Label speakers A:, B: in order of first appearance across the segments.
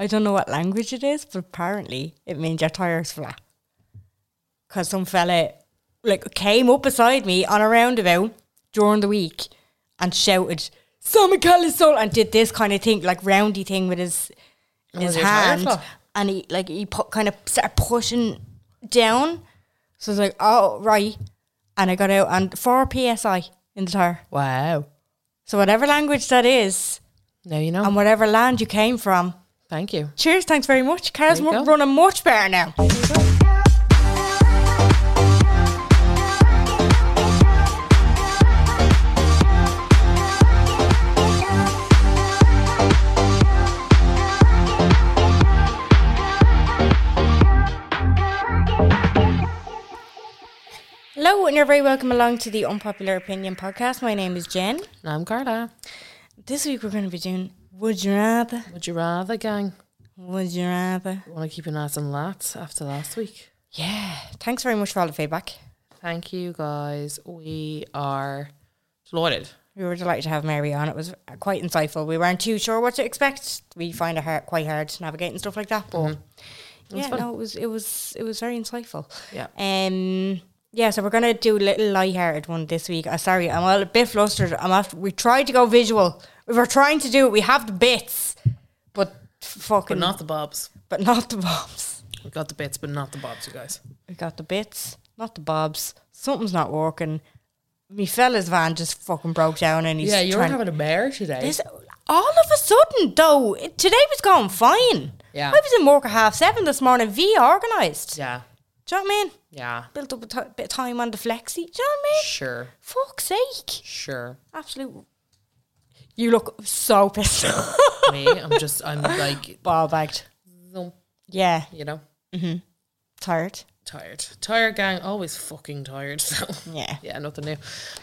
A: I don't know what language it is, but apparently it means your tire's flat. Because some fella like came up beside me on a roundabout during the week and shouted, Somi Calisol, and did this kind of thing, like roundy thing with his his
B: was your tire
A: hand.
B: flat?
A: And he like he pu- kind of started pushing down. So I was like, oh, right. And I got out and 4 PSI in the tire.
B: Wow.
A: So whatever language that is,
B: Now you know.
A: and whatever land you came from,
B: Thank you.
A: cheers, thanks very much. Car's
B: There you
A: mu-
B: go.
A: running much better now. Hello, and you're very welcome along to the Unpopular Opinion podcast. My name is Jen.
B: And I'm Carla.
A: This week we're going to be doing Would You Rather?
B: Would you rather, gang?
A: Would You Rather?
B: Want to keep an ass on lats after last week?
A: Yeah. Thanks very much for all the feedback.
B: Thank you, guys. We are delighted.
A: We were delighted to have Mary on. It was quite insightful. We weren't too sure what to expect. We find it hard, quite hard to navigate and stuff like that. But yeah,
B: fun.
A: no, it was it was it was very insightful.
B: Yeah.
A: Um. Yeah. So we're gonna do a little light-hearted one this week. Uh, sorry, I'm all a bit flustered. I'm after. We tried to go visual. We were trying to do it. We have the bits, but fucking
B: But not the bobs.
A: but not the bobs.
B: We got the bits, but not the bobs, you guys.
A: We got the bits, not the bobs. Something's not working. Me fella's van just fucking broke down, and he's
B: yeah, you were
A: trying-
B: having a bear today.
A: This all of a sudden though, it, today was going fine.
B: Yeah.
A: I was in work at half seven this morning, V organised.
B: yeah.
A: Do you know what I mean?
B: Yeah.
A: Built up a t- bit of time on the flexi. Do you know what I mean?
B: Sure.
A: Fuck's sake.
B: Sure.
A: Absolute. You look so pissed off.
B: Me, I'm just, I'm like,
A: Ball bagged.
B: zoom,
A: Yeah.
B: you know,
A: Tired.
B: tired. Tired, gang. Always fucking tired. So.
A: Yeah.
B: Yeah, nothing new.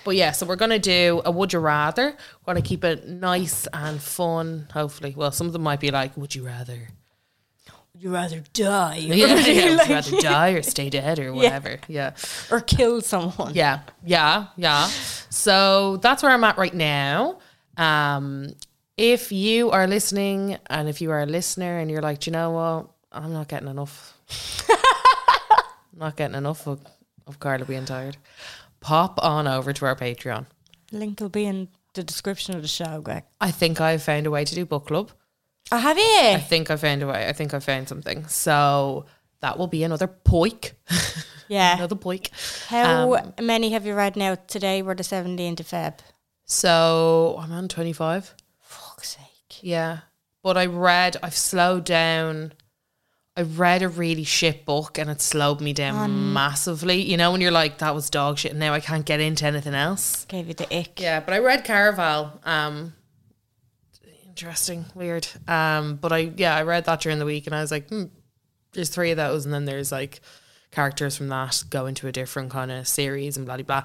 B: But yeah, so we're going to do a would you rather. We're going to keep it nice and fun, hopefully. Well, some of them might be like, would you rather?
A: Would you rather die
B: Yeah, yeah, would
A: Like-
B: you rather die or stay dead or whatever. Yeah.
A: or kill someone?
B: Yeah. Yeah. Yeah. So that's where I'm at right now. Um, if you are listening and if you are a listener and you're like, do you know what? I'm not getting enough. not getting enough of, of Carla being tired. Pop on over to our Patreon.
A: Link will be in the description of the show, Greg.
B: I think I found a way to do book club.
A: I Oh, have
B: I
A: it.
B: think I found a way. I think I found something. So that will be another poik.
A: Yeah.
B: another Um, poik.
A: How many have you read now? Today we're the 17th of Feb.
B: So I'm on 25.
A: Fuck's sake.
B: Yeah. But I read, I've slowed down. I read a really shit book and it slowed me down massively. You know, when you're like, that was dog shit and now I can't get into anything else.
A: Gave you the ick.
B: Yeah, but I read Caraval. Um, interesting, weird. Um, but I yeah, I read that during the week, and I was like, hmm, there's three of those, and then there's like characters from that go into a different kind of series and blah blah blah.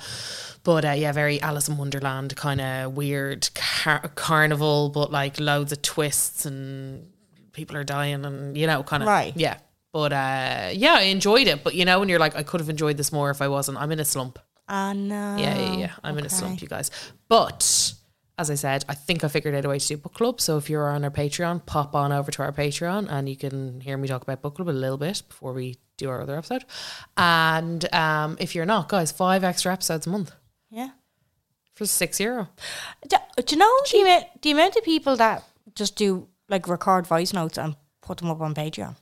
B: But uh, yeah, very Alice in Wonderland kind of weird car- carnival, but like loads of twists and people are dying and you know kind of
A: Right.
B: yeah. But uh, yeah, I enjoyed it. But you know, when you're like, I could have enjoyed this more if I wasn't. I'm in a slump.
A: Ah no.
B: Yeah, yeah, yeah. I'm in a slump, you guys. But as I said, I think I figured out a way to do book club. So if you're on our Patreon, pop on over to our Patreon and you can hear me talk about book club a little bit before we do our other episode. And um, if you're not, guys, five extra episodes a month
A: Yeah.
B: for six euro.
A: Do, uh, do you know the, amount, the amount of people that just do like record voice notes and put them up on Patreon?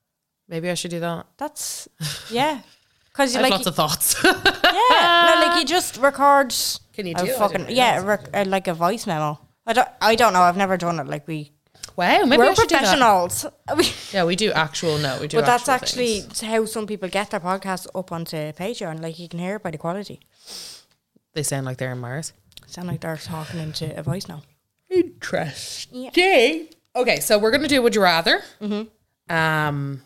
B: Maybe I should do that.
A: That's yeah. Because
B: I
A: you
B: have
A: like,
B: lots of thoughts.
A: yeah, no, like you just record.
B: Can you
A: a
B: do it? I
A: fucking
B: didn't
A: yeah, rec- uh, like a voice memo. I don't, I don't know. I've never done it. Like we,
B: wow, maybe
A: we're
B: I should do that.
A: professionals. We-
B: Yeah, we do actual. No, we do.
A: but that's
B: actual
A: actually
B: things.
A: how some people get their podcasts up onto Patreon. Like you can hear it by the quality.
B: they sound like they're in Mars.
A: Sound like they're talking into a voice now.
B: Interesting. Okay, so we're gonna do would you rather. Mm-hmm. Um,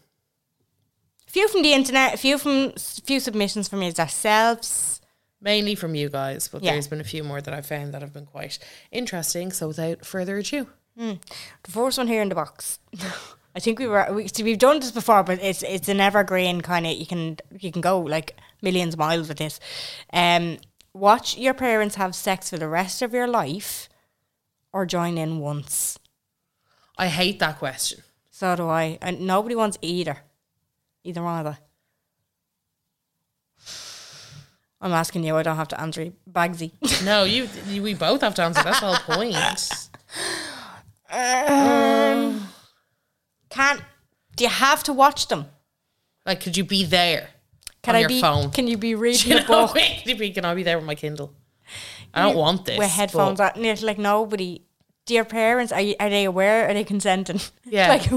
A: Few from the internet, few from few submissions from is ourselves.
B: mainly from you guys, but
A: Yeah.
B: there's been a few more that I've found that have been quite interesting. So without further ado,
A: Hmm. The first one here in the box. I think we were we, see, we've done this before, but it's it's an evergreen kind of you can you can go like millions of miles with this. Um, watch your parents have sex for the rest of your life, or join in once.
B: I hate that question.
A: So do I, and nobody wants either, either one of them. I'm asking you. I don't have to answer you. Bagsy.
B: No, you, you we both have to answer. That's the whole point.
A: Can't. Do you have to watch them?
B: Like, could you be there?
A: Can
B: on
A: I
B: your
A: be?
B: phone?
A: Can you be
B: Do
A: reading
B: you
A: a book?
B: know, can I be there with my Kindle? I don't want this.
A: with headphones
B: but-
A: on. and It's like nobody. Dear parents, are you, are they aware? Are they consenting?
B: Yeah.
A: like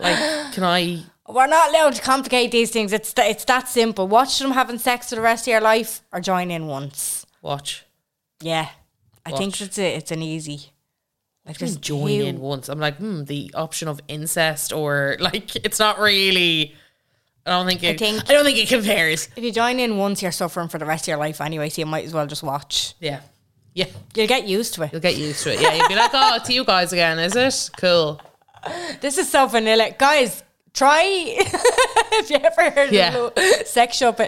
B: Like, can I?
A: we're not allowed to complicate these things. It's th- it's that simple. Watch them having sex for the rest of your life, or join in once.
B: Watch.
A: Yeah, I think
B: Watch.
A: it's a, it's an easy. Like
B: Just
A: just
B: join in once. I'm like, hmm, the option of incest or like, it's not really. I don't think it. I,
A: think-
B: don't think it compares.
A: If you join in once, you're suffering for the rest of your life anyway. So you might as well just watch.
B: Yeah, yeah.
A: You'll get used to it.
B: You'll get used to it. Yeah, you'll be like, oh, it's you guys again, is it? Cool.
A: This is so vanilla, guys. Try if you ever heard
B: Yeah.
A: of a sex shop,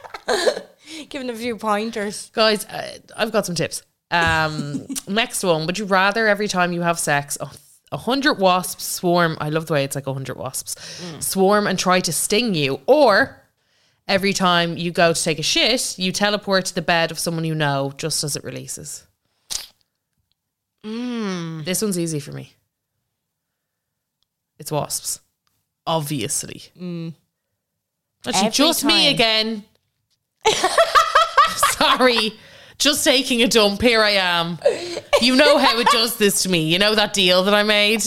A: giving a few pointers.
B: Guys, uh, I've got some tips. Um, next one. Would you rather every time you have sex, a hundred wasps swarm? I love the way it's like a hundred wasps swarm and try to sting you, or every time you go to take a shit, you teleport to the bed of someone you know just as it releases.
A: Mm.
B: This one's easy for me. It's wasps, obviously. Actually,
A: Mm. Every
B: just me
A: time.
B: again. Sorry. Just taking a dump. Here I am. You know how it does this to me. You know that deal that I made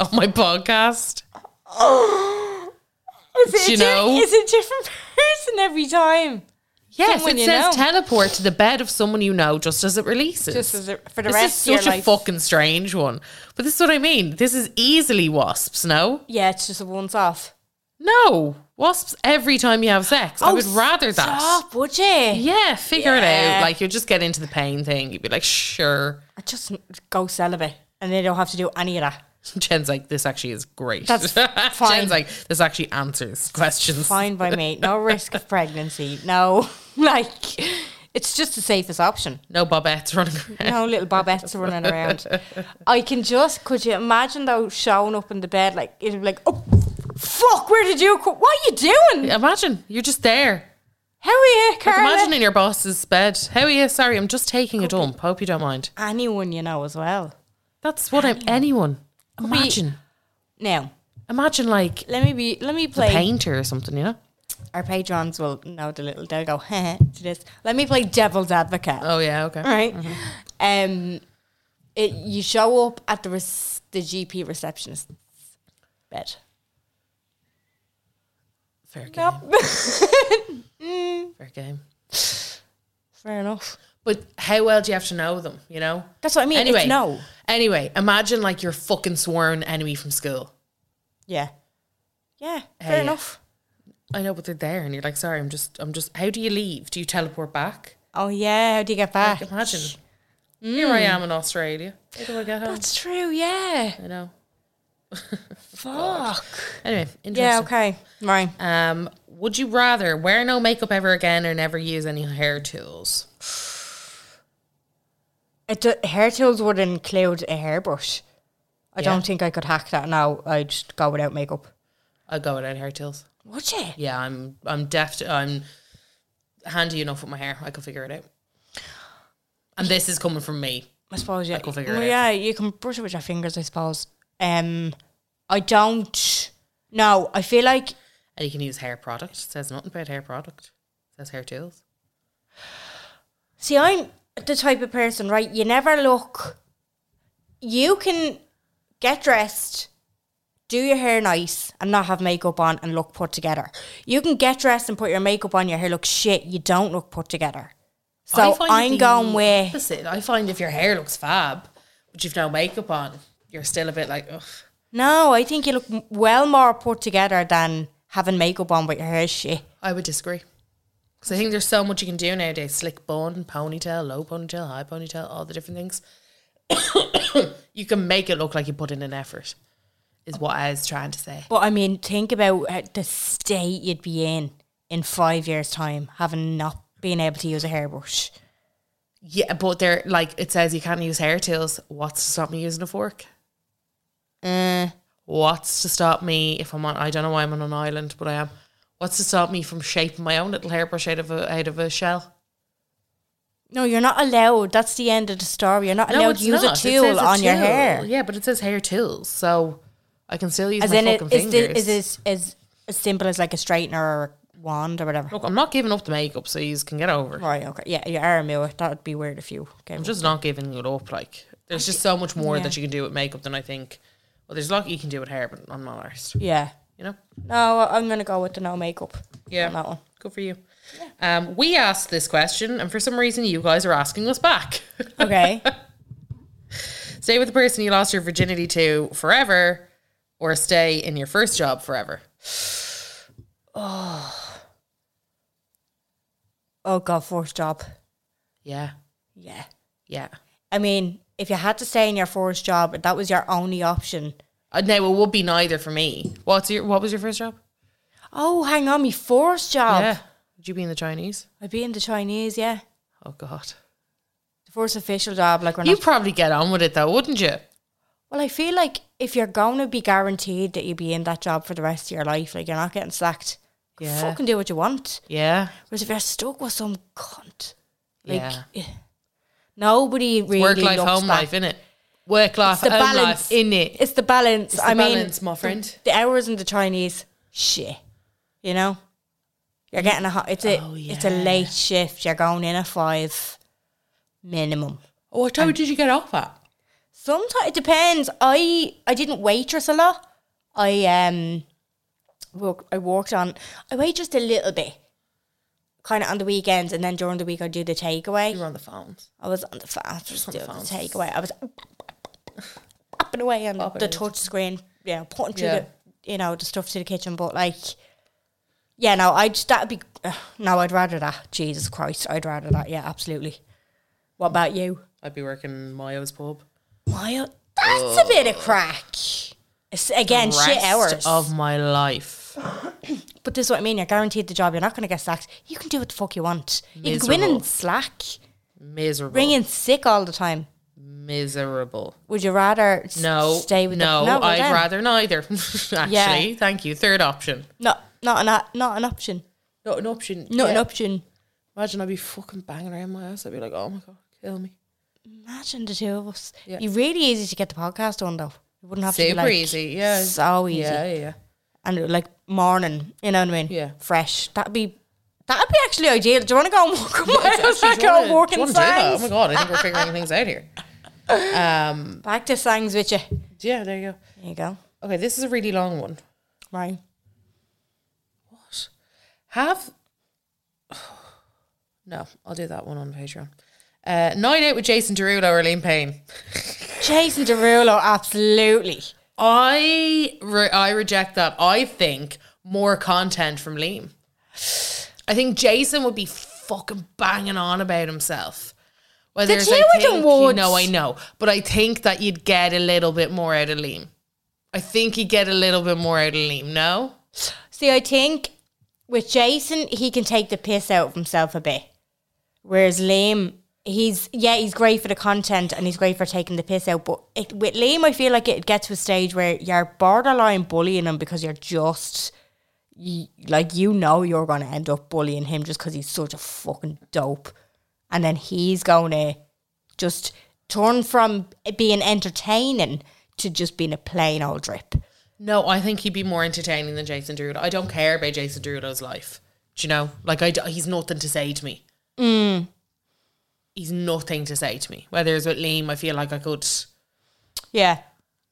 B: on my podcast?
A: Is it,
B: Do you
A: a di-
B: know?
A: It's a different person every time.
B: Yes,
A: Someone
B: it
A: you
B: says
A: know.
B: teleport to the bed of someone you know just as it releases.
A: Just as a, for the
B: this is
A: rest of
B: such
A: your
B: a
A: life.
B: fucking strange one. But this is what I mean. This is easily wasps, no?
A: Yeah, it's just a once off.
B: No. Wasps every time you have sex. I would rather that.
A: Oh, Stop, would you?
B: Yeah, figure it
A: Yeah.
B: out. Like you just get into the pain thing. You'd be like, sure.
A: I Just n- go celibate, and they don't have to do any of that.
B: Jen's like, this actually is great.
A: That's fine.
B: Jen's like, this actually answers questions.
A: Fine by me. No risk of pregnancy. No, like it's just the safest option.
B: No bobettes running around.
A: No little bobettes running around. I can just. Could you imagine though showing up in the bed like it'd be like, oh, fuck, where did you? co- What are you doing?
B: Imagine you're just there.
A: How are you,
B: Like,
A: Carla?
B: imagine in your boss's bed. How are you? Sorry, I'm just taking a dump. Hope you don't mind.
A: anyone you know as well.
B: That's what I'm. Anyone. Imagine.
A: Now,
B: Imagine like
A: let me be. Let me
B: a
A: play.
B: painter or something. You know.
A: Our patrons will know the little. They'll go "Heh, heh," to this. Let me play devil's advocate.
B: Oh yeah. Okay.
A: Right. Um, it, you show up at the res- the GP receptionist's bed.
B: Fair game. Fair game.
A: Fair enough.
B: But how well do you have to know them? You know.
A: That's what I mean.
B: Anyway.
A: It's no.
B: Anyway, imagine like your fucking sworn enemy from school.
A: Yeah. Yeah. Fair
B: Hey.
A: enough.
B: I know, but they're there, and you're like, sorry, I'm just, I'm just. How do you leave? Do you teleport back?
A: Oh yeah. How do you get back?
B: Like, imagine. Here I am in Australia. How do I get home?
A: That's true. Yeah.
B: I know.
A: Fuck.
B: Anyway, interesting.
A: Yeah. Okay. Right.
B: Um, would you rather wear no makeup ever again or never use any hair tools?
A: It do, hair tools would include a hairbrush. I
B: Yeah.
A: don't think I could hack that now. I'd just go without makeup.
B: I'll go without hair tools.
A: Would you?
B: Yeah, I'm, I'm deft. I'm handy enough with my hair. I can figure it out. And this is coming from me.
A: I suppose yeah.
B: Like, we'll figure it
A: well,
B: out.
A: yeah, you can brush it with your fingers, I suppose. Um, I don't. No, I feel like
B: And you can use hair product. It says nothing about hair product. It says hair tools.
A: See, I'm the type of person, right? You never look. You can get dressed, do your hair nice, and not have makeup on and look put together. You can get dressed and put your makeup on, your hair looks shit, you don't look put together.
B: I
A: So
B: find
A: I'm
B: the
A: going with.
B: opposite. I find if your hair looks fab, but you've no makeup on, you're still a bit like, ugh.
A: No, I think you look m- well more put together than having makeup on with your hair shit.
B: I would disagree. Because I think there's so much you can do nowadays slick bun, ponytail, low ponytail, high ponytail, all the different things. you can make it look like you put in an effort, is what I was trying to say.
A: But I mean, think about how- the state you'd be in in five years' time, having not been able to use a hairbrush.
B: Yeah, but they're like, it says you can't use hair tools. What's to stop me using a fork?
A: Uh,
B: What's to stop me if I'm on, I don't know why I'm on an island, but I am. What's to stop me from shaping my own little hairbrush out of a, out of a shell?
A: No, you're not allowed. That's the end of the story. You're not
B: No,
A: allowed
B: it's
A: to use
B: not.
A: a
B: It
A: tool
B: says a
A: on your
B: tool.
A: hair.
B: Yeah, but it says hair tools, so I can still use
A: As
B: my
A: in, it,
B: fucking
A: is,
B: fingers.
A: this, is this is as simple as like a straightener or a wand or whatever?
B: Look, I'm not giving up the makeup, so you can get over. it.
A: Right, okay. Yeah, you are a mirror. That would be weird if you came.
B: I'm just not giving it up. Like, there's just so much more that you can do with makeup than I think. Well, there's a lot you can do with hair, but I'm not artist.
A: yeah.
B: You know?
A: No, I- I'm going to go with the no makeup
B: Yeah.
A: on that one.
B: Good for you. Um, we asked this question, and for some reason, you guys are asking us back.
A: Okay.
B: stay with the person you lost your virginity to forever, or stay in your first job forever.
A: oh, God, first job.
B: Yeah.
A: Yeah.
B: Yeah.
A: I mean, if you had to stay in your first job, if that was your only option.
B: Uh, no, it would be neither for me. What's your What was your first job?
A: Oh, hang on, me first job.
B: Yeah. Would you be in the Chinese?
A: I'd be in the Chinese, yeah.
B: Oh God.
A: The first official job, like we're
B: You
A: not
B: probably get on with it though, wouldn't you?
A: Well, I feel like if you're going to be guaranteed that you'll be in that job for the rest of your life, like you're not getting sacked,
B: Yeah.
A: fucking do what you want.
B: Yeah.
A: Whereas if you're stuck with some cunt, like
B: Yeah.
A: eh, nobody really
B: Work life,
A: looks
B: home
A: that.
B: life, innit? Work
A: It's
B: life,
A: the
B: home
A: balance
B: life, innit?
A: It's the balance.
B: It's the
A: I mean,
B: balance, my friend.
A: The, the hours in the Chinese, shit. You know, you're getting a hot. It's a it's a late shift. You're going in at five, minimum.
B: Oh, what time did you get off at?
A: Sometimes it depends. I I didn't waitress a lot. I um work, I worked on I waitressed a little bit, kind of on the weekends, and then during the week I do the
B: You
A: takeaway.
B: were on the phones.
A: I was on the phone, I was just
B: on the
A: doing the
B: phones.
A: takeaway. I was popping away on
B: Bopping
A: the
B: it.
A: touch screen, you know, putting through
B: Yeah.
A: the you know the stuff to the kitchen. But like, yeah, no, I just that'd be no, I'd rather that. Jesus Christ, I'd rather that. Yeah, absolutely. What about you?
B: I'd be working in Mayo's pub.
A: Mile. That's a bit of crack. It's, again, shit
B: Rest
A: hours.
B: of my life.
A: but this is what I mean. You're guaranteed the job. You're not going to get sacked. You can do what the fuck you want. You can go in and
B: Miserable.
A: slack.
B: Miserable.
A: Bring in sick all the time.
B: Miserable.
A: Would you rather s-
B: No.
A: stay with
B: no,
A: the, well
B: I'd
A: then.
B: rather neither. Actually,
A: Yeah.
B: thank you. Third option.
A: not not an op- not an option.
B: Not an option.
A: Not an
B: Yeah.
A: option.
B: Imagine I'd be fucking banging around my ass. I'd be like, oh my God, kill me.
A: Imagine the two of us.
B: Yeah.
A: You're really easy to get the podcast on though. You wouldn't have to
B: Super
A: be like,
B: easy. Yeah.
A: so easy.
B: Yeah, yeah, yeah.
A: and like morning. You know what I mean?
B: Yeah.
A: fresh. That'd be that'd be actually ideal. Do you want to go and walk a mile?
B: Actually, do you
A: go
B: wanna-
A: and walk
B: do you
A: in
B: wanna do that? Oh
A: Sangs?
B: my god, I think we're figuring things out here. Um,
A: Back to songs with you.
B: yeah, there you go.
A: There you go.
B: Okay, this is a really long one.
A: Right.
B: What? Have no, I'll do that one on Patreon. Uh, night out with Jason Derulo or Liam Payne.
A: Jason Derulo, absolutely.
B: I re- I reject that. I think more content from Liam. I think Jason would be fucking banging on about himself. Whether
A: The
B: it's,
A: two
B: I
A: of them
B: think,
A: would.
B: No, I know, but I think that you'd get a little bit more out of Liam. I think you'd get a little bit more out of Liam. No,
A: See, I think with Jason, he can take the piss out of himself a bit. Whereas Liam, he's yeah, he's great for the content and he's great for taking the piss out. But it, with Liam, I feel like it gets to a stage where you're borderline bullying him because you're just. You, like you know you're going to end up bullying him just because he's such a fucking dope and then he's going to just turn from being entertaining to just being a plain old drip
B: No, I think he'd be more entertaining than Jason Derulo. I don't care about Jason Derulo's life. Do you know? Like, I, d- he's nothing to say to me.
A: Mm.
B: He's nothing to say to me. Whether it's with Liam, I feel like I could,
A: Yeah.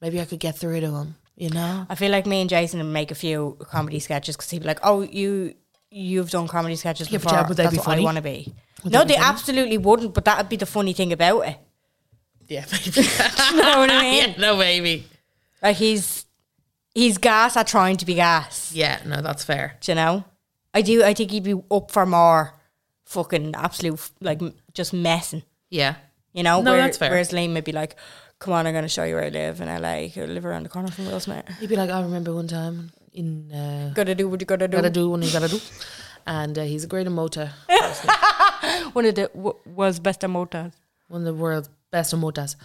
B: maybe I could get through to him, you know?
A: I feel like me and Jason would make a few comedy sketches because he'd be like, "Oh, you, you've done comedy sketches
B: Yeah, but
A: before.
B: yeah, would they
A: That's
B: be
A: what
B: funny?
A: I want to be." no, they absolutely wouldn't. But that would be the funny thing about it.
B: Yeah, maybe.
A: You know what I mean?
B: yeah, no, maybe.
A: Like he's he's gas at trying to be gas.
B: Yeah, no, that's fair.
A: do you know, I do. I think he'd be up for more fucking absolute f- like m- just messing.
B: Yeah.
A: You know,
B: No, that's fair.
A: Whereas Liam would be like, "Come on, I'm going to show you where I live in LA. I live around the corner from Will Smith.
B: He'd be like, I remember one time in. Uh,
A: Gotta do what you gotta do.
B: Gotta do what you gotta do. And uh, he's a great emoter.
A: One of the w- was best emotas.
B: one of the world's best emotas.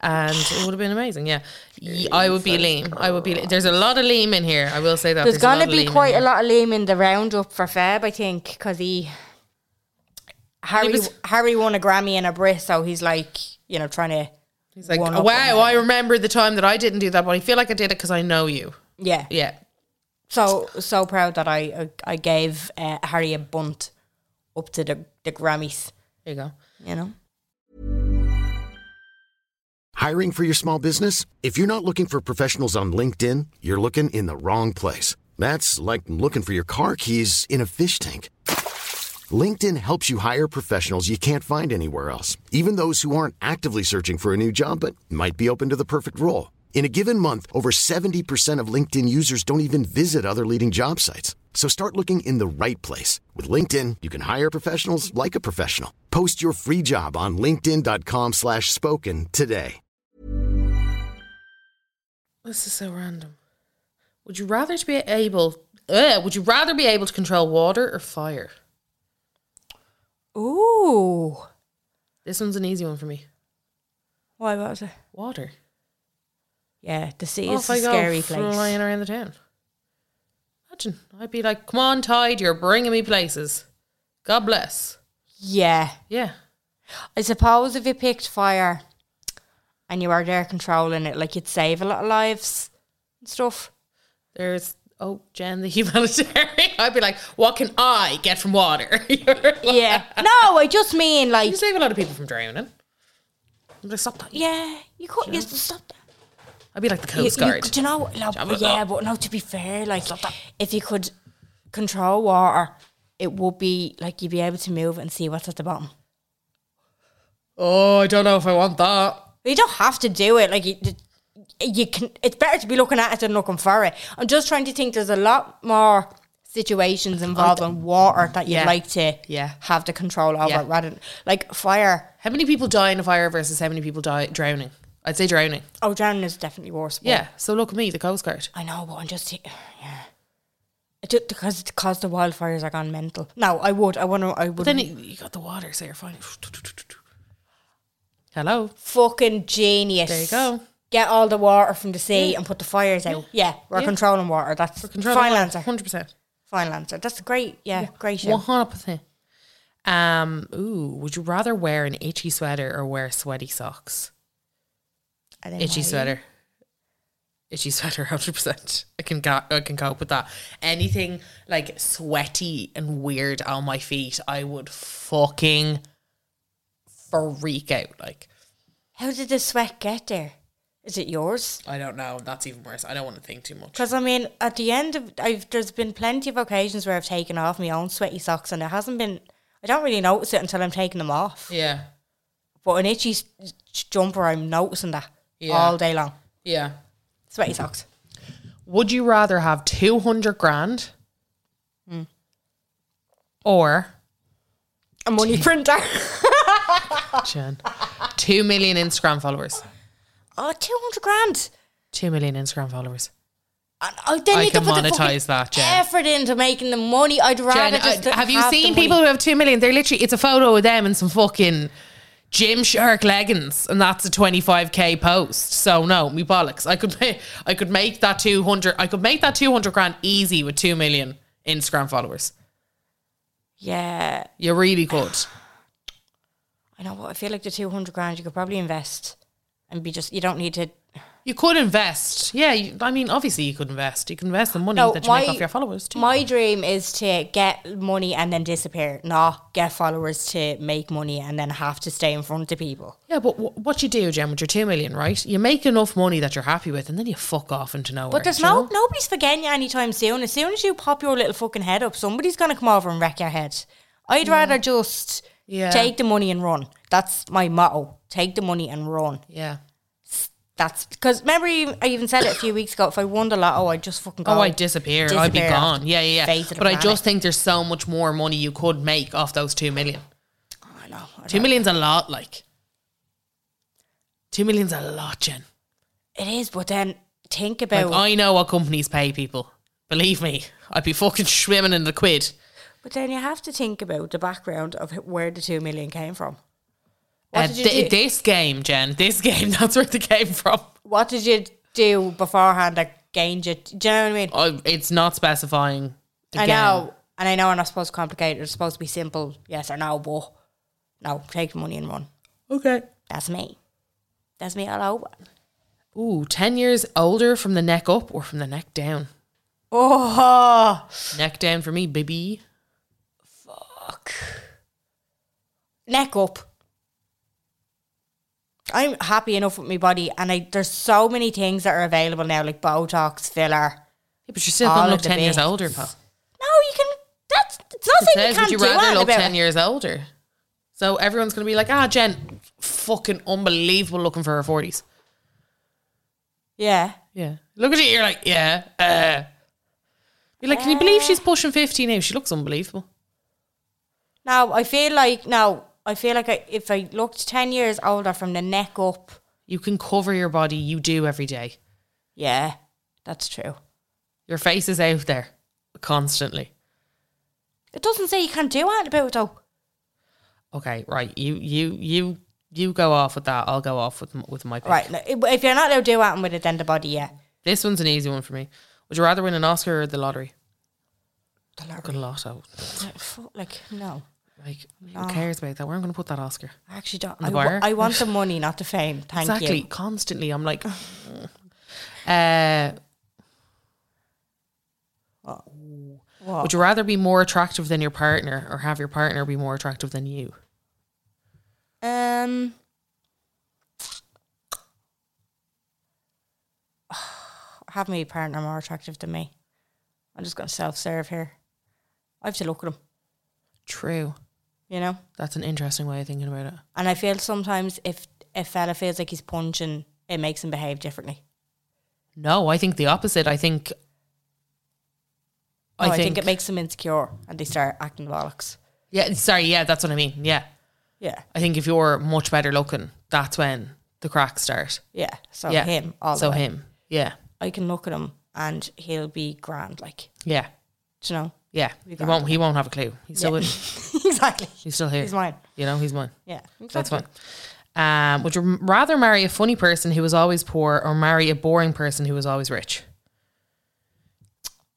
B: And it would have been amazing, yeah. Ye- I would be Liam. I would be. Liam. There's a lot of Liam in here. I will say that.
A: There's
B: a
A: going
B: lot
A: to
B: of
A: be
B: Liam
A: quite
B: in
A: a lot of Liam in the roundup for Feb, I think, because he Harry
B: was-
A: Harry won a Grammy and a Brit, so he's like you know trying to
B: He's like,
A: one
B: wow,
A: up on
B: I remember the time that I didn't do that, but I feel like I did it because I know you.
A: yeah.
B: Yeah,
A: So so proud that I I, I gave uh, Harry a bunt up to the the Grammys,
B: there you go.
A: you know.
C: Hiring for your small business? If you're not looking for professionals on LinkedIn, you're looking in the wrong place. That's like looking for your car keys in a fish tank. LinkedIn helps you hire professionals you can't find anywhere else, even those who aren't actively searching for a new job but might be open to the perfect role. In a given month, over 70% of LinkedIn users don't even visit other leading job sites. So start looking in the right place. With LinkedIn, you can hire professionals like a professional. Post your free job on linkedin.com/spoken slash spoken today.
B: This is so random. Would you rather to be able? Uh, would you rather be able to control water or fire?
A: Ooh,
B: This one's an easy one for me.
A: why what was it?
B: Water.
A: Yeah, the sea is
B: Off
A: a
B: Oh, I go,
A: scary place.
B: Flying around the town. Imagine, I'd be like, "Come on, tide, you're bringing me places. God bless."
A: Yeah,
B: Yeah.
A: I suppose if you picked fire and you were there controlling it, like you'd save a lot of lives and stuff.
B: there's oh Jen the humanitarian. I'd be like, what can I get from water? You're like-
A: Yeah. No, I just mean like
B: you save a lot of people from drowning. I'd be like, stop that.
A: yeah, you could you stop that.
B: I'd be like the
A: You,
B: Coast
A: you,
B: Guard.
A: do you know? like,
B: Jump it
A: yeah,
B: up.
A: but no. To be fair, like if you could control water, it would be like you'd be able to move and see what's at the bottom.
B: oh, I don't know if I want that.
A: You don't have to do it. Like you, you can. It's better to be looking at it than looking for it. I'm just trying to think. There's a lot more situations involving water that you'd
B: Yeah.
A: like to
B: Yeah.
A: have the control over
B: Yeah.
A: rather than like fire.
B: How many people die in a fire versus how many people die drowning? I'd say drowning.
A: Oh, drowning is definitely worse. but-
B: Yeah. So look at me, the Coast Guard.
A: I know, but I'm just thi- yeah. It ju- Because because the wildfires are gone mental. No, I would. I want to. I would.
B: But then you, you got the water, so you're fine. Hello.
A: fucking genius.
B: There you go.
A: Get all the water from the sea and put the fires out. Yeah, we're
B: Yeah.
A: controlling water. That's fine answer.
B: Hundred percent.
A: Fine answer. That's great. Yeah, great show.
B: One hundred percent. Um. Ooh. Would you rather wear an itchy sweater or wear sweaty socks?
A: I think
B: Itchy
A: my-
B: sweater. Itchy sweater, hundred percent. I can go- I can cope with that. Anything like sweaty and weird on my feet, I would fucking freak out. Like
A: How did the sweat get there? Is it yours?
B: I don't know. That's even worse. I don't want to think too much.
A: Because I mean, at the end of, I've there's been plenty of occasions where I've taken off my own sweaty socks, and it hasn't been. I don't really notice it until I'm taking them off.
B: Yeah.
A: But an itchy s- s- jumper, I'm noticing that
B: Yeah.
A: all day long.
B: Yeah.
A: Sweaty socks.
B: Would you rather have 200 grand Hmm. or
A: A money printer.
B: Jen, 2 million Instagram followers?
A: oh, 200 grand.
B: 2 million Instagram followers.
A: And I, then
B: I
A: you
B: can
A: put the fucking
B: monetize that, Jen.
A: effort into making the money. I'd rather
B: Jen,
A: just
B: uh, have you
A: the
B: seen
A: money.
B: people who have 2 million? They're literally, it's a photo of them and some fucking Gymshark leggings, and that's a 25k post. So, no, me bollocks. I could, ma- I could make that 200, I could make that 200 grand easy with 2 million Instagram followers.
A: Yeah,
B: You really could.
A: I know. But I feel like the 200 grand you could probably invest and be just. You don't need to.
B: You could invest. Yeah, you, I mean, obviously you could invest. You could invest the money
A: No,
B: that you
A: my-
B: make off your followers too.
A: My dream is to get money and then disappear, not get followers to make money and then have to stay in front of people.
B: yeah, but w- what you do, Jen, with your two million, right? You make enough money that you're happy with, and then you fuck off into nowhere.
A: But there's
B: do you
A: no
B: know?
A: nobody's forgetting you anytime soon. As soon as you pop your little fucking head up, somebody's gonna come over and wreck your head. I'd rather just
B: Yeah.
A: take the money and run. That's my motto. Take the money and run.
B: Yeah.
A: That's because remember you- I even said it a few weeks ago. If I won the lotto, I'd just fucking go.
B: Oh, I disappear. I'd be
A: disappear off
B: gone.
A: the
B: Yeah, yeah, yeah.
A: face of the
B: But I
A: planet.
B: just think there's so much more money you could make off those two million.
A: Oh, I know. I
B: Two
A: know.
B: million's a lot, like. Two million's a lot, Jen.
A: It is, but then think
B: Like,
A: about.
B: I know what companies pay people. Believe me, I'd be fucking swimming in the quid.
A: but then you have to think about the background of h- where the two million came from. What
B: Uh,
A: did you
B: thi-
A: do?
B: this game, Jen, this game, that's where it came from.
A: what did you do beforehand that gained you? Do you know what I mean?
B: I, it's not specifying. The
A: I
B: game.
A: know, and I know we're not supposed to complicate. it. It's supposed to be simple, yes or no. But no, take the money and run.
B: Okay.
A: That's me. That's me all over.
B: Ooh, 10 years older from the neck up or from the neck down?
A: Oh,
B: Neck down for me, baby.
A: neck up. I'm happy enough with my body, and I there's so many things that are available now, like Botox, filler.
B: Yeah, but you're still
A: All
B: going
A: of
B: to look
A: the
B: 10 years
A: bits.
B: older, pal.
A: No, you can. That's it's not
B: It
A: saying you
B: says, would
A: can't
B: you
A: do anything
B: rather look
A: about
B: 10
A: it.
B: years older? So everyone's going to be like, ah, Jen, fucking unbelievable looking for her 40s.
A: Yeah,
B: Yeah. Look at it, you're like, yeah, uh. You're like, can you believe she's pushing 50 now? She looks unbelievable.
A: no, I feel like no, I feel like I, if I looked ten years older from the neck up,
B: You can cover your body, you do every day.
A: yeah, that's true.
B: Your face is out there constantly.
A: It doesn't say you can't do anything about it though.
B: Okay, right. You you you you go off with that. I'll go off with m- with my pick.
A: Right. no, if- If you're not allowed to do anything with it, then the body, yeah.
B: This one's an easy one for me. Would you rather win an Oscar or the lottery?
A: The
B: Good lotto.
A: fu- Like, no.
B: Like who
A: Ah.
B: cares about that? Where am I going to put that Oscar?
A: I actually don't.
B: The
A: I, wa-
B: wire?
A: I want the money, not the fame. Thank
B: exactly.
A: you.
B: Constantly, I'm like, mm. uh,
A: What?
B: would you rather be more attractive than your partner or have your partner be more attractive than you?
A: um. Have my partner more attractive than me. I'm just going to self serve here. I have to look at him,
B: True.
A: you know?
B: That's an interesting way of thinking about it.
A: And I feel sometimes if a fella feels like he's punching, it makes him behave differently.
B: No, I think the opposite. I think.
A: No, Oh, I, think, it makes them insecure and they start acting bollocks.
B: Yeah, sorry. Yeah, that's what I mean. Yeah,
A: Yeah.
B: I think if you're much better looking, that's when the cracks start.
A: Yeah. So
B: yeah,
A: him. All the
B: so
A: way.
B: him. Yeah,
A: I can look at him and he'll be grand, like
B: yeah,
A: do you know.
B: yeah.
A: We
B: He
A: got
B: won't. He won't have a clue. He's still. with-
A: exactly.
B: He's still here.
A: He's mine.
B: You know, he's mine.
A: Yeah. Exactly.
B: That's fine. Um, would you m- rather marry a funny person who was always poor, or marry a boring person who was always rich?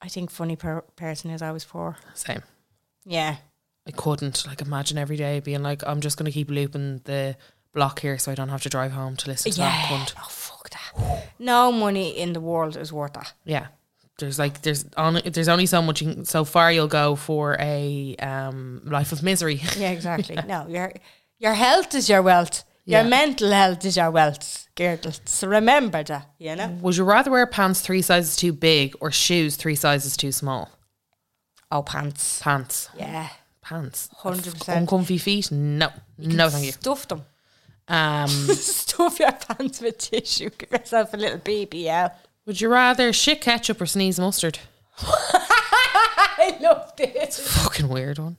A: I think funny per- person is always poor.
B: Same.
A: Yeah.
B: I couldn't like imagine every day being like, I'm just gonna keep looping the block here, so I don't have to drive home to listen to that
A: Yeah.
B: cunt.
A: Oh fuck that. No money in the world is worth that.
B: Yeah. There's like there's on there's only so much you can, so far you'll go for a um life of misery.
A: Yeah, exactly. No, your your health is your wealth.
B: Yeah.
A: Your mental health is your wealth, Gertles. Remember that, you know?
B: Would you rather wear pants three sizes too big or shoes three sizes too small?
A: Oh pants.
B: Pants.
A: Yeah.
B: Pants.
A: 100%.
B: Uncomfy feet? No. No, thank you.
A: Stuff them.
B: Um
A: Stuff your pants with tissue. Give yourself a little BBL.
B: would you rather shit ketchup or sneeze mustard?
A: I love this.
B: Fucking weird one.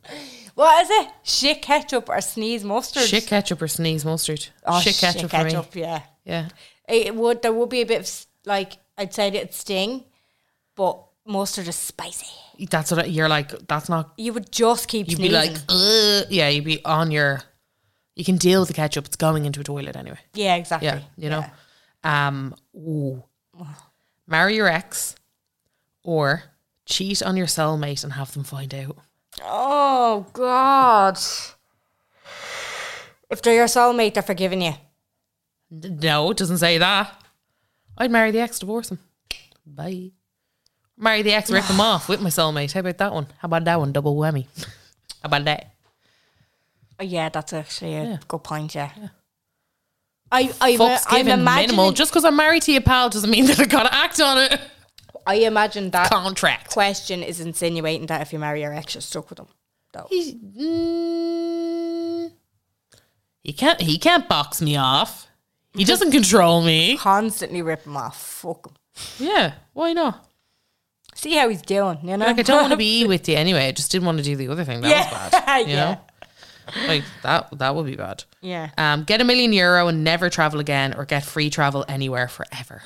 A: What is it? Shit ketchup or sneeze mustard?
B: Shit ketchup or sneeze mustard.
A: Oh,
B: shit ketchup for me.
A: Yeah,
B: Yeah.
A: it it would. There would be a bit of s- like I'd say it'd sting, but mustard is spicy.
B: That's what I, you're like, that's not
A: You would just keep
B: you'd be
A: sneezing.
B: like, Ugh. yeah, you'd be on your you can deal with the ketchup, it's going into a toilet anyway.
A: yeah, exactly.
B: Yeah, you know. Um, ooh. marry your ex, or cheat on your cellmate and have them find out.
A: Oh God! If they're your soulmate, they're forgiving you.
B: N- No, it doesn't say that. I'd marry the ex, divorce him. Bye. Marry the ex, rip him off with my soulmate. How about that one? How about that one? Double whammy. How about that?
A: Oh, yeah, that's actually a
B: Yeah.
A: good point. Yeah. I, I,
B: Fuck's
A: I'm
B: given
A: imagining,
B: minimal. Just because I'm married to your pal doesn't mean that I gotta act on it.
A: I imagine that
B: Contract.
A: question is insinuating that if you marry your ex, you're stuck with them. Though.
B: He, mm, he can't. He can't box me off.
A: Mm-hmm.
B: He doesn't control me.
A: Constantly rip him off. Fuck him.
B: Yeah. Why not?
A: See how he's doing, you know?
B: Like I don't want to be with you anyway. I just didn't want to do the other thing. That
A: Yeah.
B: was bad. You
A: Yeah.
B: know, like that. That would be bad.
A: Yeah.
B: Um, get a million euro and never travel again, or get free travel anywhere forever.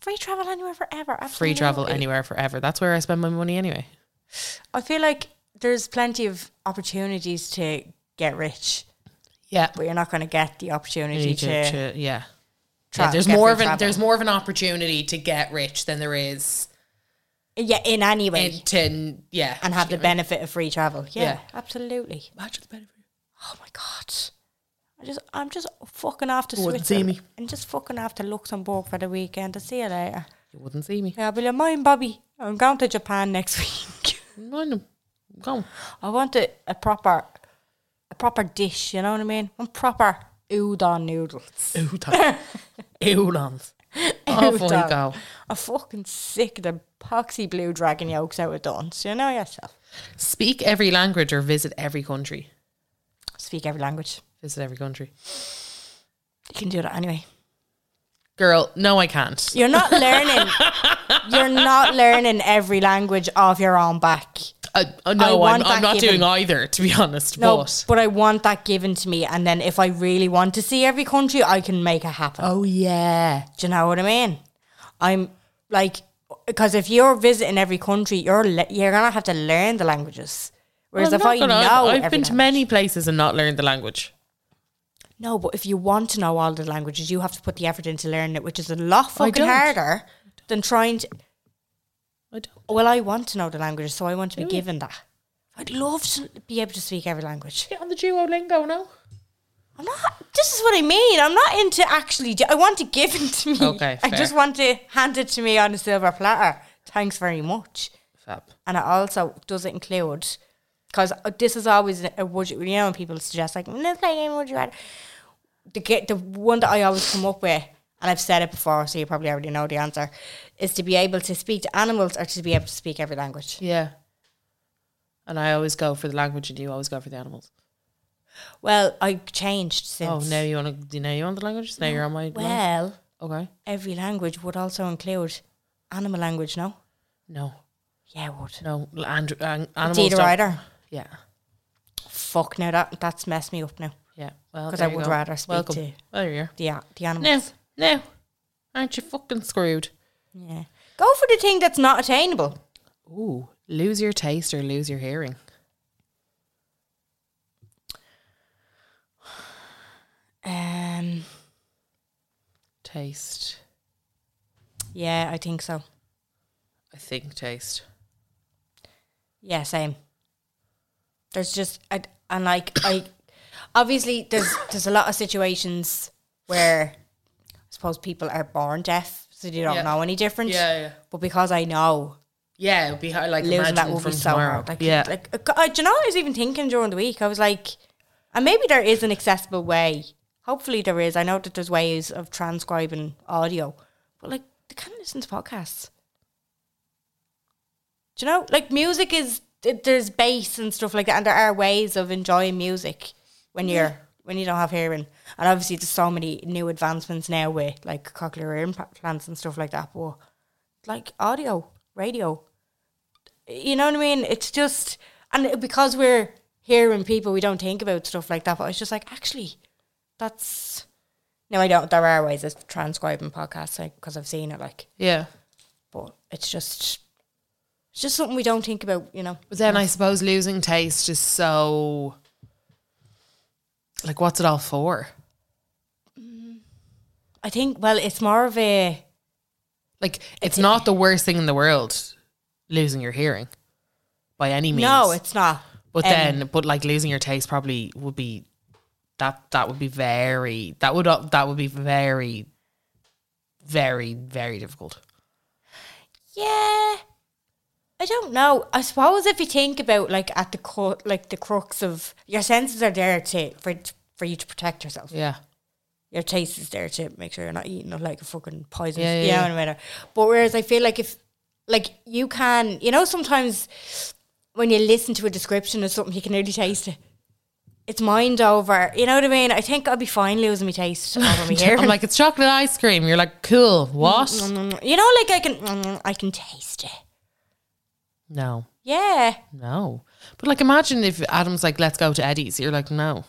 A: Free travel anywhere forever. Absolutely.
B: Free travel anywhere forever. That's where I spend my money anyway.
A: I feel like there's plenty of opportunities to get rich,
B: Yeah.
A: but you're not going to get the opportunity
B: Need
A: to.
B: to- to- yeah.
A: tra-
B: yeah. There's
A: get
B: more
A: free
B: of an
A: travel.
B: there's more of an opportunity to get rich than there is
A: Yeah, in any way.
B: in to yeah.
A: and have the benefit of free travel. Yeah,
B: Yeah.
A: absolutely.
B: Imagine the benefit.
A: Oh my god. I just I'm just fucking off to
B: Wouldn't
A: Switzerland.
B: see me.
A: And just fucking off to Luxembourg for the weekend. I'll see you later.
B: You wouldn't see me.
A: Yeah, I'll be like, mine Bobby. I'm going to Japan next week.
B: Mind them. Go on.
A: I want a, a proper a proper dish, you know what I mean? I'm proper udon noodles.
B: Udon. Udons. Off we
A: Udon.
B: go.
A: I'm fucking sick of the poxy blue dragon yolks out of duns. You know yourself.
B: Speak every language or visit every country.
A: Speak every language.
B: Visit every country.
A: You can do that anyway.
B: Girl, no, I can't.
A: You're not learning. you're not learning every language of your own back.
B: Uh, uh, no,
A: I
B: I'm,
A: want
B: I'm
A: that
B: not
A: given.
B: doing either, to be honest.
A: No,
B: but
A: but I want that given to me, and then if I really want to see every country, I can make it happen.
B: oh yeah,
A: Do you know what I mean? I'm like, because if you're visiting every country, you're le- you're gonna have to learn the languages. Whereas if I know,
B: I've
A: every
B: been
A: language-
B: to many places and not learned the language.
A: No, but if you want to know all the languages, you have to put the effort into learning it, which is a lot fucking
B: don't.
A: harder than trying to.
B: I don't.
A: Well, I want to know the languages, so I want to be given that. I'd love to be able to speak every language.
B: Get on the Duolingo now.
A: I'm not. This is what I mean. I'm not into actually. do- I want it given to me.
B: Okay,
A: I
B: fair.
A: just want to hand it to me on a silver platter. Thanks very much.
B: Fab.
A: And it also does it include because this is always a would you, you know when people suggest like let's play a game would you rather the ga- the one that I always come up with and I've said it before so you probably already know the answer is to be able to speak to animals or to be able to speak every language.
B: Yeah. And I always go for the language, and you always go for the animals.
A: Well, I changed since.
B: Oh, now you want to? Now you want the languages? Now you're on my. line?
A: Well.
B: Okay.
A: every language would also include animal language, no?
B: No,
A: Yeah, it would.
B: no. l- And, and
A: It's
B: animals.
A: either
B: don't-
A: either.
B: Yeah.
A: Fuck, now that, that's messed me up now.
B: Yeah. Well,
A: 'Cause
B: there
A: I
B: you
A: would
B: go.
A: rather speak
B: Welcome.
A: to-
B: There you
A: The, a- the
B: are. No,
A: animals.
B: no. Aren't you fucking screwed?
A: Yeah. Go for the thing that's not attainable.
B: Ooh, lose your taste or lose your hearing.
A: Um,
B: Taste.
A: yeah, I think so.
B: I think taste.
A: Yeah, same. There's just I, and like I obviously there's there's a lot of situations where I suppose people are born deaf, so they don't
B: Yeah.
A: know any different.
B: Yeah, yeah.
A: But because I know
B: Yeah, it would be hard. Like
A: losing
B: imagine
A: that will
B: from
A: be so
B: tomorrow.
A: hard. Like,
B: yeah,
A: Like, uh, I, do you know, what I was even thinking during the week, I was like, and maybe there is an accessible way. Hopefully there is. I know that there's ways of transcribing audio, but like, they can't listen to podcasts. Do you know, like music is, th- there's bass and stuff like that. And there are ways of enjoying music when you're, when you don't have hearing. And obviously there's so many new advancements now with like cochlear implants and stuff like that. But like audio, radio, you know what I mean? It's just, and because we're hearing people, we don't think about stuff like that. But it's just like, actually, that's. No, I don't. There are ways of transcribing podcasts because I've seen it, like,
B: yeah.
A: but it's just, it's just something we don't think about, you know.
B: But then I suppose losing taste is so. Like, what's it all for?
A: I think, well, it's more of a
B: Like, it's not the worst thing in the world, losing your hearing, by any means.
A: no, it's not.
B: But
A: Um,
B: then, but like losing your taste probably would be that that would be very that would that would be very very, very difficult.
A: Yeah. I don't know. I suppose if you think about like at the co- like the crux of your senses are there to for for you to protect yourself.
B: Yeah.
A: Your taste is there to make sure you're not eating of like a fucking poison.
B: Yeah,
A: Yeah,
B: yeah, yeah.
A: no matter. But whereas I feel like if like you can, you know, sometimes when you listen to a description of something, you can really taste it. It's mind over. You know what I mean? I think I'll be fine losing my taste over my hair.
B: I'm like, it's chocolate ice cream. You're like, cool. What?
A: you know, like I can, I can taste it.
B: No,
A: Yeah.
B: no. But like, imagine if Adam's like, let's go to Eddie's. You're like, no.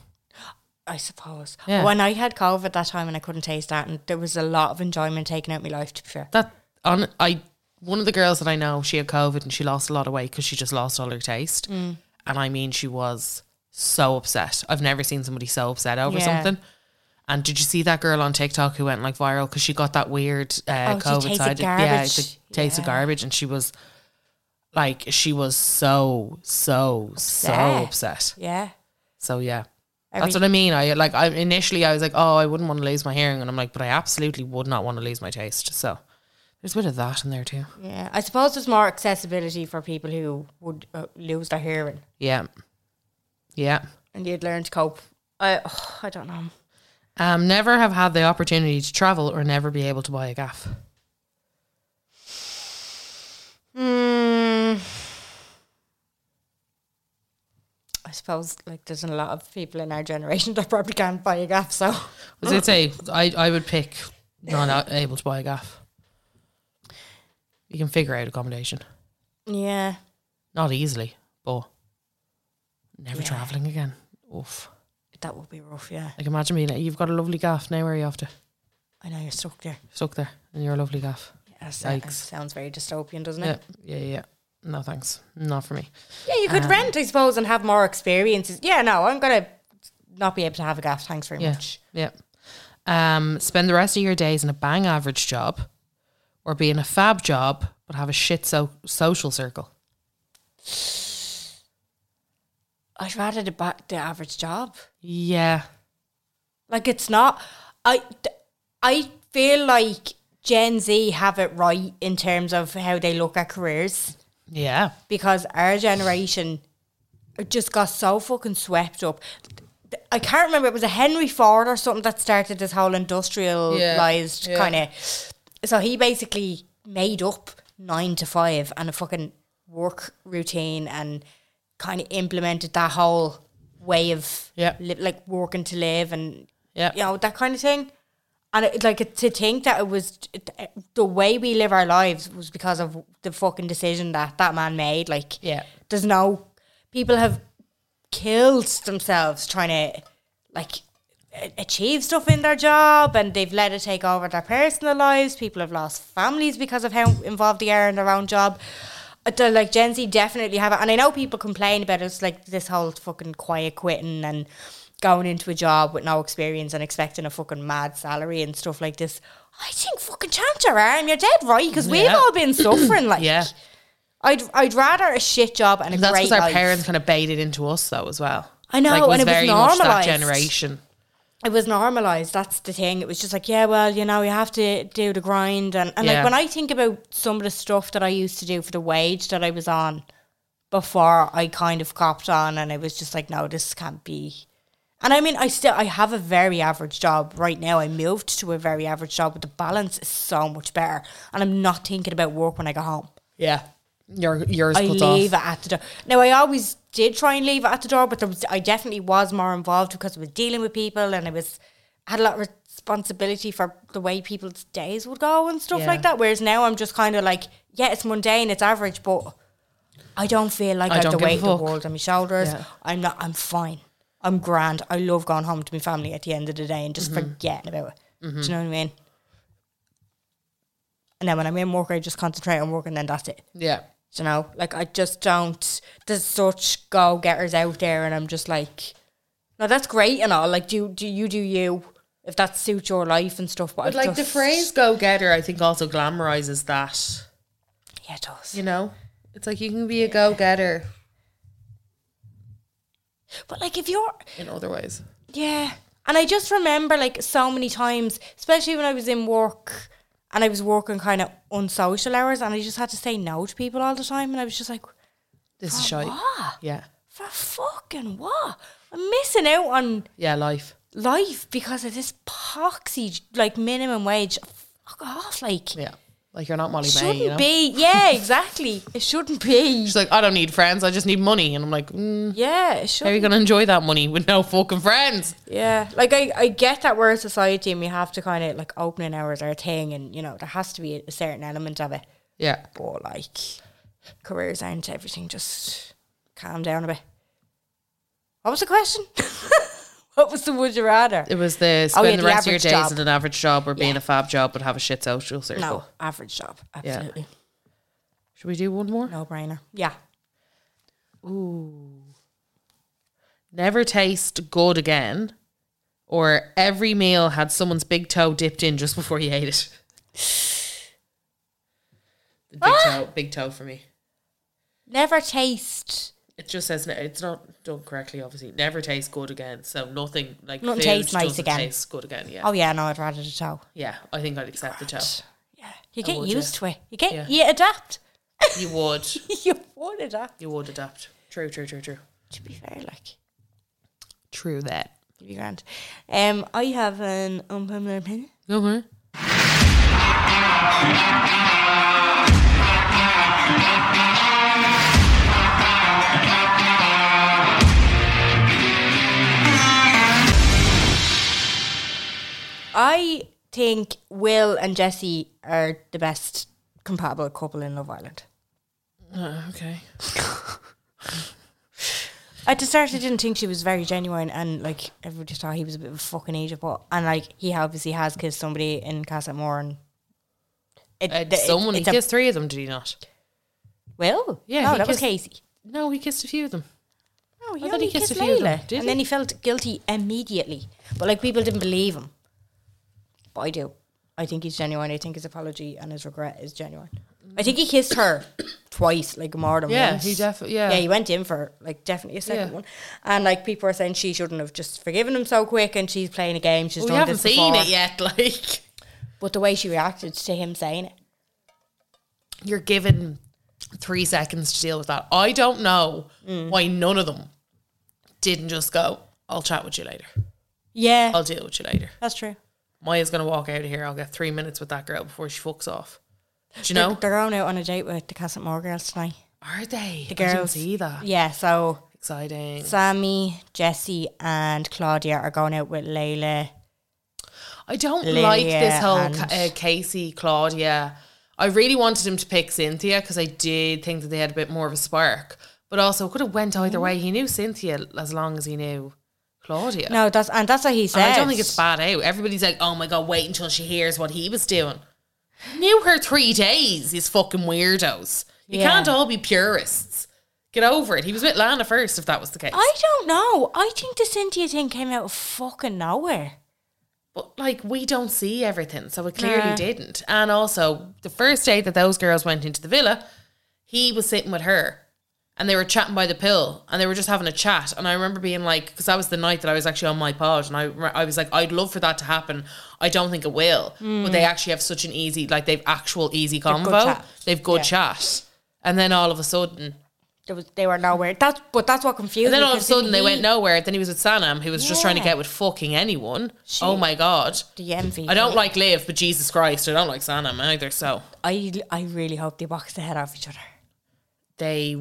A: I suppose.
B: Yeah.
A: When I had COVID that time and I couldn't taste that, and there was a lot of enjoyment taken out of my life, to be fair.
B: That on I one of the girls that I know, she had COVID and she lost a lot of weight because she just lost all her taste.
A: Mm.
B: And I mean, she was so upset. I've never seen somebody so upset over
A: Yeah.
B: something. And did you see that girl on TikTok who went like viral because she got that weird uh,
A: Oh, she
B: COVID
A: tasted
B: side? Yeah,
A: garbage.
B: the taste of garbage, and she was like, she was so so so
A: Upset.
B: upset.
A: Yeah.
B: So yeah.
A: Every-
B: That's what I mean. I like. I initially I was like, oh, I wouldn't want to lose my hearing, and I'm like, but I absolutely would not want to lose my taste. So there's a bit of that in there too.
A: Yeah. I suppose there's more accessibility for people who would uh, lose their hearing
B: Yeah, yeah.
A: and you'd learn to cope. I, I don't know.
B: Um, never have had the opportunity to travel or never be able to buy a gaff.
A: Mm. I suppose like there's a lot of people in our generation that probably can't buy a gaff, so
B: As I'd say, I I would pick not a- able to buy a gaff. You can figure out accommodation,
A: yeah.
B: not easily, but never traveling again. Oof.
A: That would be rough, yeah.
B: Like imagine being you've got a lovely gaff now. Where are you off to?
A: I know you're stuck there.
B: Stuck there, and you're a lovely gaff.
A: Yeah, so- it
B: Yikes.
A: sounds very dystopian, doesn't it?
B: Yeah, yeah, yeah. No, thanks. Not for me.
A: Yeah, you could
B: Um,
A: rent, I suppose, and have more experiences. Yeah, no, I'm gonna not be able to have a gaff. Thanks very
B: Yeah,
A: much.
B: yeah. Um, spend the rest of your days in a bang average job, or be in a fab job but have a shit so- social circle.
A: I'd rather the, ba- the average job.
B: Yeah,
A: Like it's not. I th- I feel like Gen Z have it right in terms of how they look at careers
B: yeah,
A: because our generation just got so fucking swept up. Th- I can't remember. It was a Henry Ford or something that started this whole industrialized
B: Yeah, yeah.
A: kind of. So he basically made up nine to five and a fucking work routine and kind of implemented that whole way of
B: Yeah.
A: li- like working to live and
B: yeah,
A: you know that kind of thing. And it, like to think that it was it- the way we live our lives was because of the fucking decision that that man made. Like,
B: Yeah.
A: there's no people have killed themselves trying to like a- achieve stuff in their job, and they've let it take over their personal lives. People have lost families because of how involved they are in their own job. Uh, the, like Gen Z definitely have it, and I know people complain about it. It's like this whole fucking quiet quitting and going into a job with no experience and expecting a fucking mad salary and stuff like this. I think fucking chance your arm, you're dead right because we've
B: Yeah.
A: all been suffering. Like,
B: yeah.
A: I'd I'd rather a shit job and a
B: That's
A: great
B: because our
A: life.
B: parents kind of baited into us though as well.
A: I know, and it was
B: that
A: normalised.
B: generation.
A: it was normalized. That's the thing. It was just like, yeah, well, you know, you have to do the grind. And, and
B: Yeah.
A: like when I think about some of the stuff that I used to do for the wage that I was on before I kind of copped on, and I was just like, no, this can't be. And I mean, I still I have a very average job right now. I moved to a very average job, but the balance is so much better, and I'm not thinking about work when I go home.
B: Yeah, your yours
A: I
B: cuts
A: leave
B: off.
A: it at the door. Now I always did try and leave it at the door, but there was, I definitely was more involved because I was dealing with people and I was had a lot of responsibility for the way people's days would go and stuff
B: Yeah.
A: like that. Whereas now I'm just kind of like, yeah, it's mundane, it's average, but I don't feel like
B: I
A: I, have
B: don't
A: the
B: give a
A: weight of the
B: fuck.
A: world on my shoulders.
B: Yeah.
A: I'm not. I'm fine. I'm grand. I love going home to my family at the end of the day and just
B: Mm-hmm.
A: forgetting about it. Do you know what I mean? And then when I'm in work, I just concentrate on work, and then that's it
B: Yeah,
A: you know, like I just don't. There's such go getters out there, and I'm just like, no, that's great and all. Like, do do you do you if that suits your life and stuff? But,
B: but
A: I
B: like the
A: just-
B: phrase "go getter," I think also glamorizes that.
A: yeah, it does.
B: You know, it's like you can be a go getter
A: But like, if you're
B: in other ways.
A: Yeah. And I just remember like so many times, especially when I was in work and I was working kind of unsocial hours, and I just had to say no to people all the time, and I was just like,
B: This is shite.
A: what?
B: Yeah.
A: for fucking what? I'm missing out on
B: Yeah, life.
A: life because of this poxy like minimum wage. Fuck off, like
B: Yeah. Like you're not Molly May,
A: shouldn't
B: you know?
A: be. Yeah, exactly. it shouldn't be.
B: She's like, I don't need friends. I just need money. And I'm like, mm,
A: Yeah, it
B: how are you
A: shouldn't.
B: going to enjoy that money with no fucking friends?
A: Yeah, like I, I get that we're a society and we have to kind of like opening hours are a thing, and you know there has to be a certain element of it.
B: Yeah.
A: But like careers aren't everything. Just calm down a bit. What was the question? what was the would you rather?
B: It was the
A: Oh,
B: spend
A: yeah,
B: the
A: the
B: rest of your
A: average
B: days
A: job.
B: in an average job or being
A: Yeah.
B: a fab job but have a shit social circle.
A: No, average job. Absolutely.
B: Should we do one more?
A: No brainer. Yeah.
B: Never taste good again or every meal had someone's big toe dipped in just before you ate it. The big toe, big toe for me.
A: Never taste.
B: It just says it's not done correctly. Obviously, never tastes good again. So nothing like
A: Nothing
B: food
A: tastes nice
B: doesn't
A: again.
B: Tastes good again. Yeah,
A: Oh yeah, no, I'd rather the toe.
B: yeah. I think I'd accept the toe.
A: Yeah. You get
B: would,
A: used to it. You get
B: Yeah.
A: you adapt.
B: You would,
A: you would adapt.
B: you would adapt. True, true, true, true.
A: To be fair, like
B: True that.
A: it'd be grand. Um I have an unpopular opinion.
B: Okay.
A: I think Will and Jesse are the best compatible couple in Love Island.
B: okay.
A: At the start, I didn't think she was very genuine, and like everybody just thought he was a bit of a fucking Egypt. But and like he obviously has kissed somebody in Castlemore, and it,
B: Uh,
A: th- it-
B: someone
A: it's
B: he
A: a-
B: kissed three of them, did he not?
A: Will,
B: Yeah,
A: no,
B: he
A: that was
B: kissed-
A: Casey.
B: No, he kissed a few of them.
A: No, Oh, he
B: I thought
A: only
B: he kissed
A: kissed,
B: a few of
A: Layla,
B: them, did
A: and then he felt guilty immediately. But like people didn't believe him. But I do. I think he's genuine. I think his apology and his regret is genuine. I think he kissed her twice, like more than
B: Yeah,
A: once.
B: he definitely- yeah.
A: yeah, he went in for like definitely a second
B: Yeah.
A: one. And like people are saying she shouldn't have just forgiven him so quick, and she's playing a game. She's
B: Well, we
A: done
B: haven't
A: this
B: seen
A: before.
B: it yet. Like
A: But the way she reacted to him saying it,
B: you're given three seconds to deal with that. I don't know
A: Mm.
B: why none of them didn't just go. I'll chat with you later.
A: yeah,
B: I'll deal with you later.
A: that's true.
B: Maya's gonna walk out of here. I'll get three minutes with that girl before she fucks off. Do you
A: They're-
B: know?
A: they're, going out on a date with the Castlemore girls tonight.
B: Are they?
A: The
B: I didn't
A: girls.
B: see that.
A: Yeah, so
B: Exciting.
A: Sammy, Jesse, and Claudia are going out with Layla.
B: I don't like this
A: Lydia
B: whole
A: and-
B: Ca- uh, Casey Claudia. I really wanted him to pick Cynthia because I did think that they had a bit more of a spark, but also it could have went
A: Mm.
B: either way. He knew Cynthia as long as he knew Claudia.
A: No, that's and that's what he
B: And
A: said.
B: I don't think it's bad out. Everybody's like, "Oh my god, wait until she hears what he was doing." Knew her three days. These fucking weirdos. You
A: Yeah.
B: can't all be purists. Get over it. He was with Lana first, if that was the case.
A: I don't know. I think the Cynthia thing came out of fucking nowhere.
B: But like we don't see everything, so it clearly didn't. And also, the first day that those girls went into the villa, he was sitting with her, and they were chatting by the pill, and they were just having a chat. And I remember being like, because that was the night that I was actually on my pod, and I re- I was like, I'd love for that to happen. I don't think it will, but they actually have such an easy, like they've actual easy
A: Mm. good
B: convo.
A: chat.
B: They've good
A: Yeah.
B: chat, and then all of a sudden,
A: There was they were nowhere. That's but that's what confused.
B: and then
A: me,
B: all of a
A: 'cause
B: sudden they
A: he-
B: went nowhere. Then he was with Sanam, who was just trying to
A: Yeah.
B: get with fucking anyone. oh my god.
A: The envy.
B: I don't like Liv, but Jesus Christ, I don't like Sanam either. So
A: I I really hope they box the head off each other.
B: they,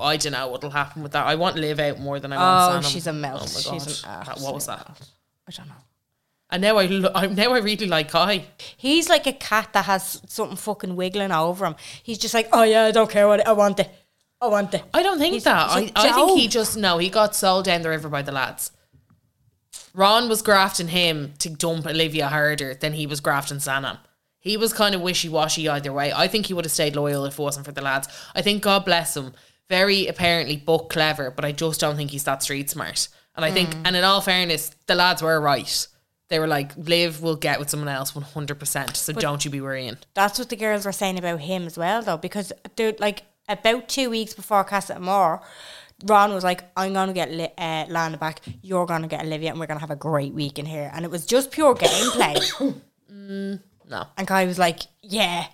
B: I don't know what'll happen with that. I want Liv out more than I
A: Oh,
B: want Sanam.
A: she's a melt.
B: Oh my god,
A: She's an
B: That- what was
A: absolute
B: that?
A: melt. I don't know.
B: And now I, lo- I now I really like Kai.
A: He's like a cat that has something fucking wiggling over him. He's just like, oh yeah, I don't care what it- I want it. I want it.
B: I don't think that.
A: he's
B: I,
A: a
B: I think he
A: dope.
B: just no. He got sold down the river by the lads. Ron was grafting him to dump Olivia harder than he was grafting Sanam. He was kind of wishy washy either way. I think he would have stayed loyal if it wasn't for the lads. I think God bless him. Very apparently book clever, but I just don't think he's that street smart. And I think, and in all fairness, the lads were right. They were like, "Liv will get with someone else 100%, so don't you be worrying.
A: That's what the girls were saying about him as well, though, because they're like about two weeks before Casa Amor, Ron was like, "I'm gonna get Li- uh, Lana back. You're gonna get Olivia, and we're gonna have a great week in here." And it was just pure gameplay.
B: Mm, No.
A: And Kai was like, yeah.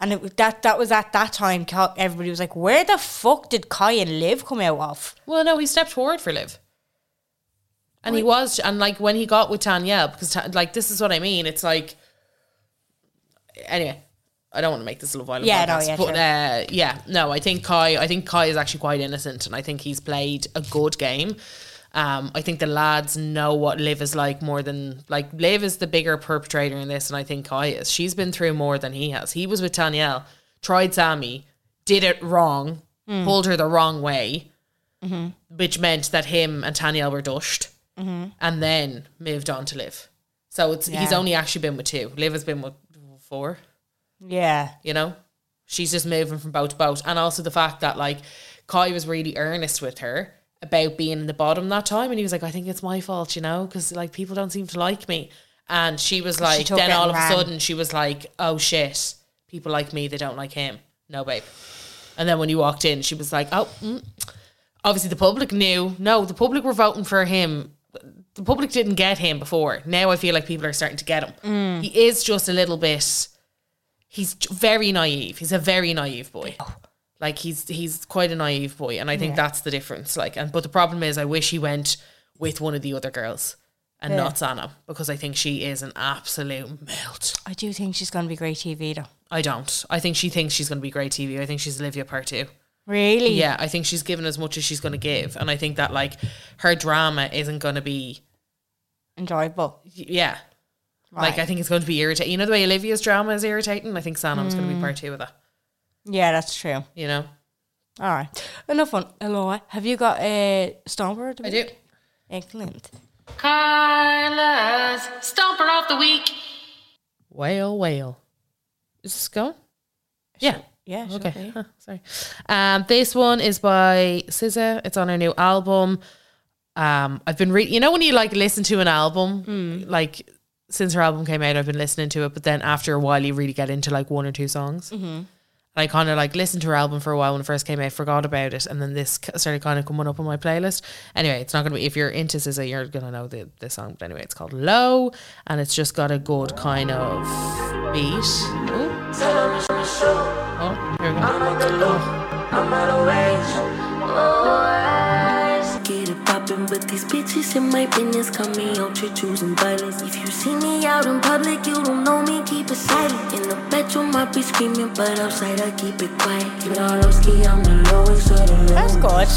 A: And it, was- that that was at that time. Ka- Everybody was like, where the fuck did Kai and Liv come out of?
B: Well, no, he stepped forward for Liv. And he was, and like when he got with Tanya, because Ta- like this is what I mean. It's like, anyway, I don't want to make this a Love Island
A: Yeah, no,
B: podcast,
A: yeah,
B: but uh, yeah, no, I think Kai, I think Kai is actually quite innocent, and I think he's played a good game. Um, I think the lads know what Liv is like more than like Liv is the bigger perpetrator in this, and I think Kai is. She's been through more than he has. He was with Tanya, tried Sammy, did it wrong,
A: Mm.
B: pulled her the wrong way
A: Mm-hmm.
B: which meant that him and Taniel were dushed and then moved on to Liv. So it's he's
A: Yeah.
B: only actually been with two. Liv has been with four,
A: Yeah.
B: you know? She's just moving from boat to boat. And also the fact that like Kai was really earnest with her about being in the bottom that time and he was like, I think it's my fault, you know, because like people don't seem to like me. And she was like
A: took
B: then
A: it
B: all
A: and
B: of
A: ran.
B: a sudden she was like, Oh shit, people like me, they don't like him. No babe. And then when you walked in, she was like, Oh, mm, obviously the public knew. No, the public were voting for him. The public didn't get him before. Now I feel like people are starting to get
A: Mm.
B: him. He is just a little bit. He's j- very naive. He's a very naive boy. Like he's he's quite a naive boy, and I think that's the difference. Like, and but the problem is, I wish he went with one of the other girls and not Sana because I think she is an absolute melt.
A: I do think she's going to be great TV though.
B: I don't. I think she thinks she's going to be great TV. I think she's Olivia Part Two.
A: Really?
B: Yeah, I think she's given as much as she's going to give, and I think that like her drama isn't going to be.
A: Enjoyable.
B: Yeah, like I think it's going to be irritating. You know the way Olivia's drama is irritating. I think Sanam's going to be part two of that.
A: Yeah, that's true.
B: You know,
A: All right. Enough on Eloy. Have you got a uh, Stomper?
B: I do.
A: Excellent.
B: Carla's stomper of the week. Whale, whale. Is this going? Yeah.
A: Yeah. should
B: Okay.
A: be.
B: Huh, sorry. Um, this one is by SZA. It's on her new album. Um, I've been reading. You know when you like listen to an album, like since her album came out, I've been listening to it. But then after a while, you really get into like one or two songs. Mm-hmm. And I kind of like listened to her album for a while when it first came out, forgot about it, and then this k- started kind of coming up on my playlist. Anyway, it's not gonna be if you're into SZA, you're gonna know the the song. But anyway, it's called Low, and it's just got a good kind of beat. Ooh. Oh, here we go.
D: Get it poppin', but these bitches in my business call me ultra choosing violence. If you see me out in public, you don't know me, keep it silent. In the bedroom, I be screaming, but outside, I keep it quiet. You know, Roski, I'm the lowest of the
A: That's good.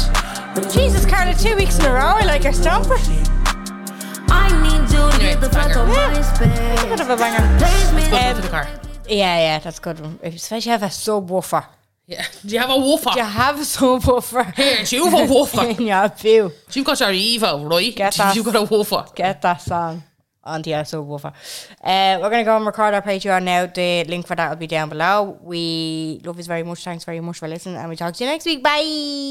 D: low.
A: Jesus, Carla, two weeks in a row, I like your Stomper.
D: I need you
B: Anyway,
D: to the front of
A: banger.
D: my space.
A: Bit of a banger.
D: Basement.
B: Put it to the car.
A: Yeah, yeah, that's a good. one. Especially have a subwoofer.
B: Yeah. Do you have a woofer?
A: You have a subwoofer
B: Here, do you have a woofer?
A: in your pew.
B: You've got your Evo, right?
A: Get that.
B: You've got a woofer.
A: Get that song onto your subwoofer. Uh, we're gonna go and record our Patreon now. The link for that will be down below. We love you very much. Thanks very much for listening, and we talk to you next week. Bye.